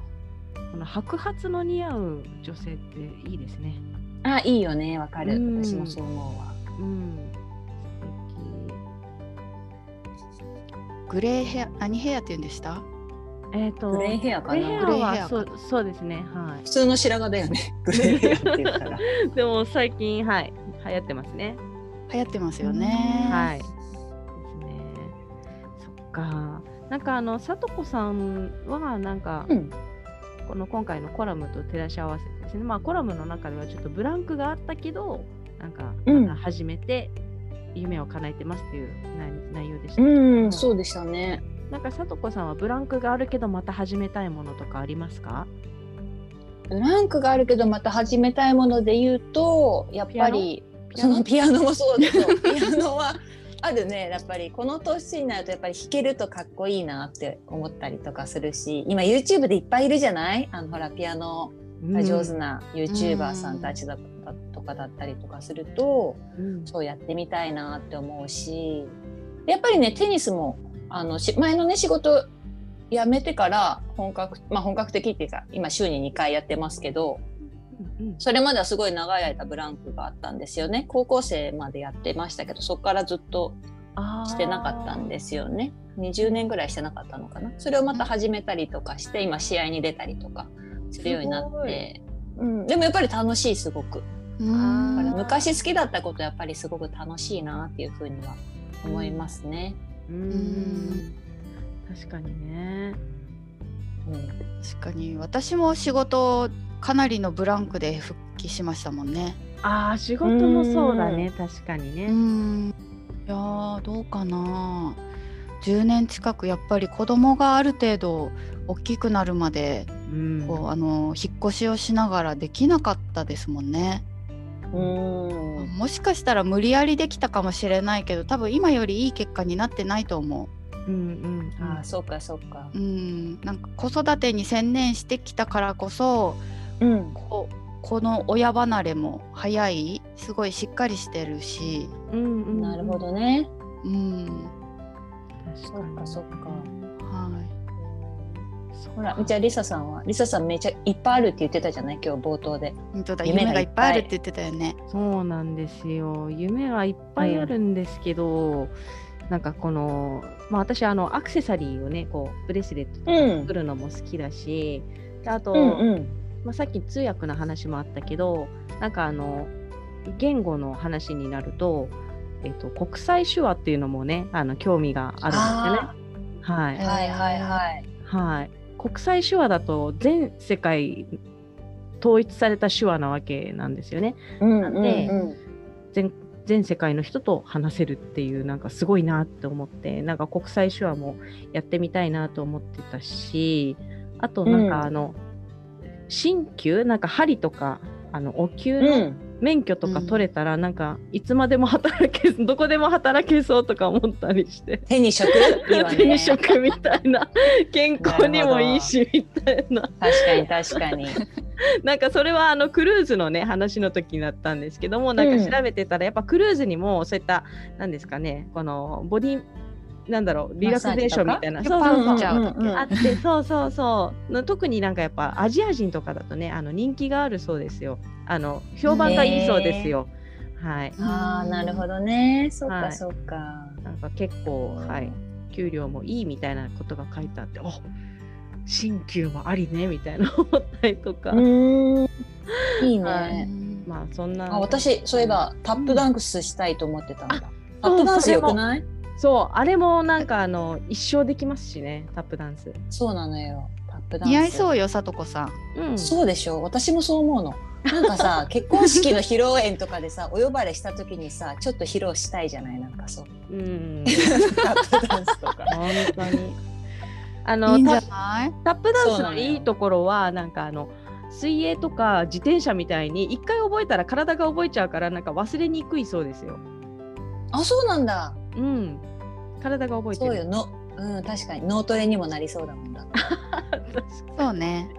Speaker 1: この白髪の似合う女性っていいですね。
Speaker 2: あ、いいよね。わかる。
Speaker 1: うん
Speaker 2: 私もそう思うわ。
Speaker 1: うん。
Speaker 3: グレーヘア、何ヘアって言うんでした
Speaker 1: 素えっ、と、
Speaker 2: グレー
Speaker 1: グ
Speaker 2: ヘアか
Speaker 1: レーヘア
Speaker 2: な。
Speaker 1: はそうそうですね、は
Speaker 2: 普通の白髪だよ ね。グレーヘアっていうから。
Speaker 1: い。でも最近、はい、流行ってますね。
Speaker 3: 流行ってますよね。
Speaker 1: はい。ですね。そっか。なんかあの、さとこさんは、なんか、
Speaker 2: うん
Speaker 1: この今回のコラムと照らし合わせてですね、まあコラムの中ではちょっとブランクがあったけど、なんか、
Speaker 2: うん
Speaker 1: また始めて、夢を叶えてますっていう内内容でしたけど。
Speaker 2: うん、そうでしたね。
Speaker 1: なんか、さとこさんはブランクがあるけど、また始めたいものとかありますか
Speaker 2: ブランクがあるけどまた始めたいもので言うとやっぱりそのピアノもそうだけ どピアノはあるねやっぱりこの年になるとやっぱり弾けるとかっこいいなって思ったりとかするし今 YouTube でいっぱいいるじゃないあのほらピアノが上手な YouTuber さんたちだったとかだったりとかすると
Speaker 1: うん
Speaker 2: そうやってみたいなって思うしやっぱりねテニスもあのし前のね仕事辞めてから本格まあ本格的っていうか今週に2回やってますけど
Speaker 1: うんうん
Speaker 2: それまではすごい長い間ブランクがあったんですよね高校生までやってましたけどそこからずっとしてなかったんですよね20年ぐらいしてなかったのかなそれをまた始めたりとかして今試合に出たりとかするようになって、うん、でもやっぱり楽しいすごく
Speaker 3: う
Speaker 1: あ
Speaker 2: だから
Speaker 3: ん。
Speaker 2: 昔好きだったことやっぱりすごく楽しいなっていうふうには思いますね。
Speaker 1: う
Speaker 3: うんん
Speaker 1: 確かにね。
Speaker 2: うん
Speaker 3: 確かに私も仕事かなりのブランクで復帰しましたもんね。
Speaker 1: ああ仕事もそうだ
Speaker 2: う
Speaker 1: ね確かに
Speaker 3: う
Speaker 1: ね。
Speaker 3: ん。いやーどうかな。10年近くやっぱり子供がある程度大きくなるまで
Speaker 1: うん
Speaker 3: こうあの引っ越しをしながらできなかったですもんね。
Speaker 2: うん
Speaker 3: もしかしたら無理やりできたかもしれないけど多分今よりいい結果になってないと思
Speaker 1: うんうん
Speaker 2: ああそうかそうか
Speaker 3: う。。うんなんか子育てに専念してきたからこそ
Speaker 2: うん
Speaker 3: ここの親離れも早いすごいしっかりしてるし、
Speaker 1: うんうん
Speaker 2: なるほ。どね。
Speaker 3: うん
Speaker 1: 確
Speaker 2: そ
Speaker 1: か
Speaker 2: っか
Speaker 1: に。
Speaker 2: そっか。
Speaker 3: は
Speaker 2: ほら、じゃあリサさんは、リサさんめちゃいっぱいあるって言ってたじゃない今日冒頭で。
Speaker 3: い、本当だ
Speaker 2: 夢
Speaker 3: 夢
Speaker 2: が
Speaker 3: が
Speaker 2: い
Speaker 3: い
Speaker 2: っ
Speaker 3: っ
Speaker 2: ぱ
Speaker 3: ぱ
Speaker 2: い
Speaker 3: いあるって言ってたよね。
Speaker 1: そうなんですよ。夢はいっぱいあるんですけど、なんかこのまあ私あのアクセサリーをねこうブレスレットとか
Speaker 2: うん
Speaker 1: 作るのも好きだし、であと、
Speaker 2: ん。
Speaker 1: まあ、さっき通訳の話もあったけどなんかあの言語の話になると、えっと、国際手話っていうのもねあの興味があるんですよね。はい
Speaker 2: はいはいはい。
Speaker 1: はい、国際手話だと全世界統一された手話なわけなんですよね。
Speaker 2: うん
Speaker 1: うんうん全全世界の人と話せるっていうなんかすごいなって思ってなんか国際手話もやってみたいなと思ってたしあとなん
Speaker 2: うん
Speaker 1: かあの、鍼灸なんか針とかあのお灸の
Speaker 2: うん。
Speaker 1: 免許とか取れたら、なんかいつまでも働け どこでも働けそうとか思ったりして
Speaker 2: 手に職いいわ
Speaker 1: 手に
Speaker 2: ね。確
Speaker 1: 職みたいな健康にもいいしみたいな
Speaker 2: かに確 かに。
Speaker 1: なんかそれはあのクルーズのね話の時になったんですけどもなんか調べてたらやっぱクルーズにもそういった何ですかねこのボディなんだろうリラクゼーションみたいなそう
Speaker 3: マ
Speaker 1: そう
Speaker 3: ッサージとかち
Speaker 1: そう
Speaker 3: ゃうだけ
Speaker 2: んんん
Speaker 1: あってそうそうそうの特になんかやっぱアジア人とかだとねあの人気があるそうですよあの評判がいいそうですよはい
Speaker 2: ああ、なるほどね。そっ
Speaker 1: は
Speaker 2: か
Speaker 1: い
Speaker 2: そっか。
Speaker 1: なんか結構はい給料もいいみたいなことが書いてあってお新旧もありねみたいな思ったりとか、
Speaker 2: うん。いい
Speaker 1: は
Speaker 2: ね。
Speaker 3: ま
Speaker 1: まあそんな
Speaker 2: あ、私、そういえば、タップダンスしたいと思ってたんだ。タッ
Speaker 1: そう
Speaker 2: プダンス良くない
Speaker 1: そう、あれもなんかあの一生できますしね、タップダンス。
Speaker 2: そうなのよ。タップダ
Speaker 3: あ
Speaker 2: ンス。
Speaker 3: 似合いそうよさとこさん。
Speaker 1: うん
Speaker 2: そうでしょ私もそう 思うの。なんかさ結婚式の披露宴とかでさお 呼ばれした時にさちょっと披露したいじゃないなんか そう
Speaker 1: う。ん、
Speaker 2: タップダンスとか。
Speaker 1: 本当 に。あ
Speaker 3: いい
Speaker 1: の
Speaker 3: んじゃ
Speaker 1: タ
Speaker 3: ない？
Speaker 1: タップダン
Speaker 2: そう
Speaker 1: ス
Speaker 2: な
Speaker 1: の
Speaker 2: のよ
Speaker 1: いいところはなんかあの水泳とか自転車みたいに一回覚えたら体が覚えちゃうからなんか忘れにくいそうですよ。
Speaker 2: あそうなんだ
Speaker 1: うん。体が覚えて
Speaker 2: そ
Speaker 1: る。
Speaker 2: うよの、うん、確かに脳トレにもなりそうだもんだ
Speaker 1: 確か
Speaker 3: そうね。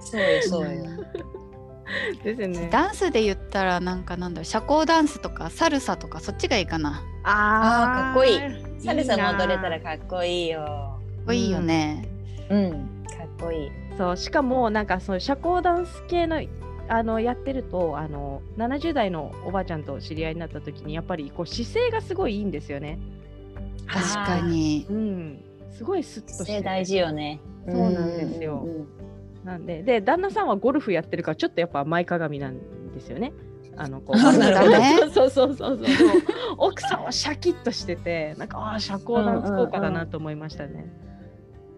Speaker 2: そうよそうよ。
Speaker 3: ん
Speaker 1: に ですね。
Speaker 3: ダンスで言ったらなんかなんだろう社交ダンスとかサルサとかそっちがいいかな。
Speaker 1: あ
Speaker 2: あーかっこいい
Speaker 1: い
Speaker 2: サルサ
Speaker 1: な
Speaker 2: も踊れたらかっこいいよ。
Speaker 3: かっこいいよね。
Speaker 2: うんかっこいい。
Speaker 1: そうしかもなんかそう社交ダンス系のあのやってるとあの70代のおばあちゃんと知り合いになった時にやっぱりこう姿勢がすごいいいんですよね。
Speaker 2: あー
Speaker 3: 確かに。
Speaker 1: うん、すごいスッとして
Speaker 2: 姿勢大事よね。
Speaker 1: そうなんですよ
Speaker 2: うん
Speaker 1: なんでで旦那さんはゴルフやってるからちょっとやっぱ前かがみなんですよね。あのこう
Speaker 2: そうだ
Speaker 3: ね
Speaker 1: そうそうそうそうそうでも奥さんはシャキッとしててなんかああ社交ダンス効果だなと思いましたね。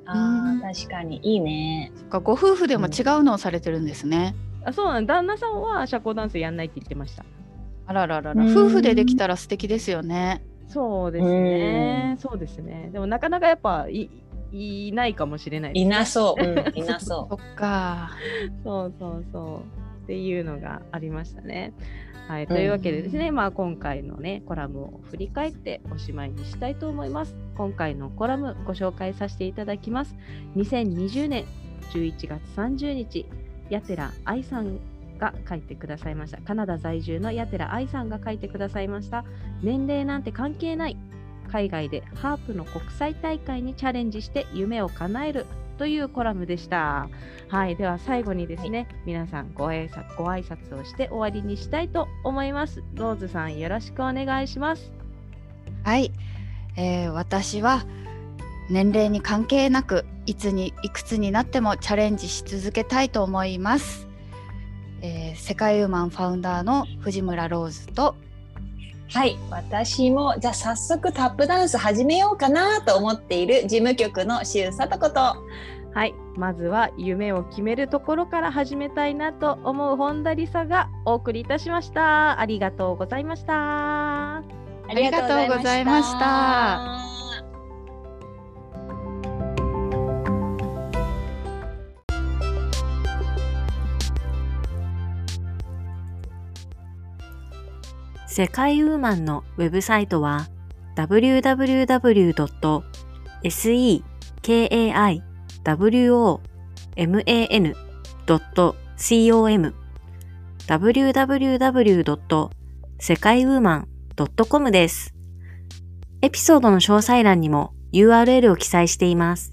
Speaker 2: ああ、確かにいいね。
Speaker 3: そっかご夫婦でも違うのをされてるんですね。
Speaker 1: あそうなん旦那さんは社交ダンスやんないって言ってました。
Speaker 3: あらららら、
Speaker 2: うん
Speaker 3: 夫婦でできたら素敵ですよね。
Speaker 1: そうですねそうですねでもなかなかやっぱいいないかもしれないです
Speaker 2: いなそう、うん、いなそ
Speaker 3: そっか。
Speaker 1: そうそうそうっていうのがありましたね。はい、というわけでですね、まあ、今回のねコラムを振り返っておしまいにしたいと思います。今回のコラムご紹介させていただきます。2020年11月30日、やてら愛さんが書いてくださいました。カナダ在住のやてら愛さんが書いてくださいました。年齢なんて関係ない。海外でハープの国際大会にチャレンジして夢を叶えるというコラムでした。はい、では最後にですね、皆さんご挨拶ご挨拶をして終わりにしたいと思います。ローズさんよろしくお願いします。
Speaker 3: はい、えー私は年齢に関係なくいつにいくつになってもチャレンジし続けたいと思います、えー世界ウーマンファウンダーの藤村ローズと
Speaker 2: う。 はい、私もじゃあ早速タップダンス始めようかなと思っている事務局のしゅうさとこと。
Speaker 1: はい、まずは夢を決めるところから始めたいなと思う本田理沙がお送りいたしました。ありがとうございました。
Speaker 2: あ
Speaker 3: りがとうございました
Speaker 4: 世界ウーマンのウェブサイトは www.sekaiwoman.com www.sekaiwoman.com です。エピソードの詳細欄にも URL を記載しています。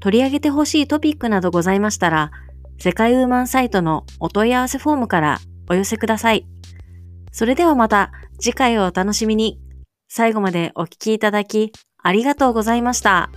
Speaker 4: 取り上げてほしいトピックなどございましたら、世界ウーマンサイトのお問い合わせフォームからお寄せください。それではまた次回をお楽しみに。最後までお聞きいただきありがとうございました。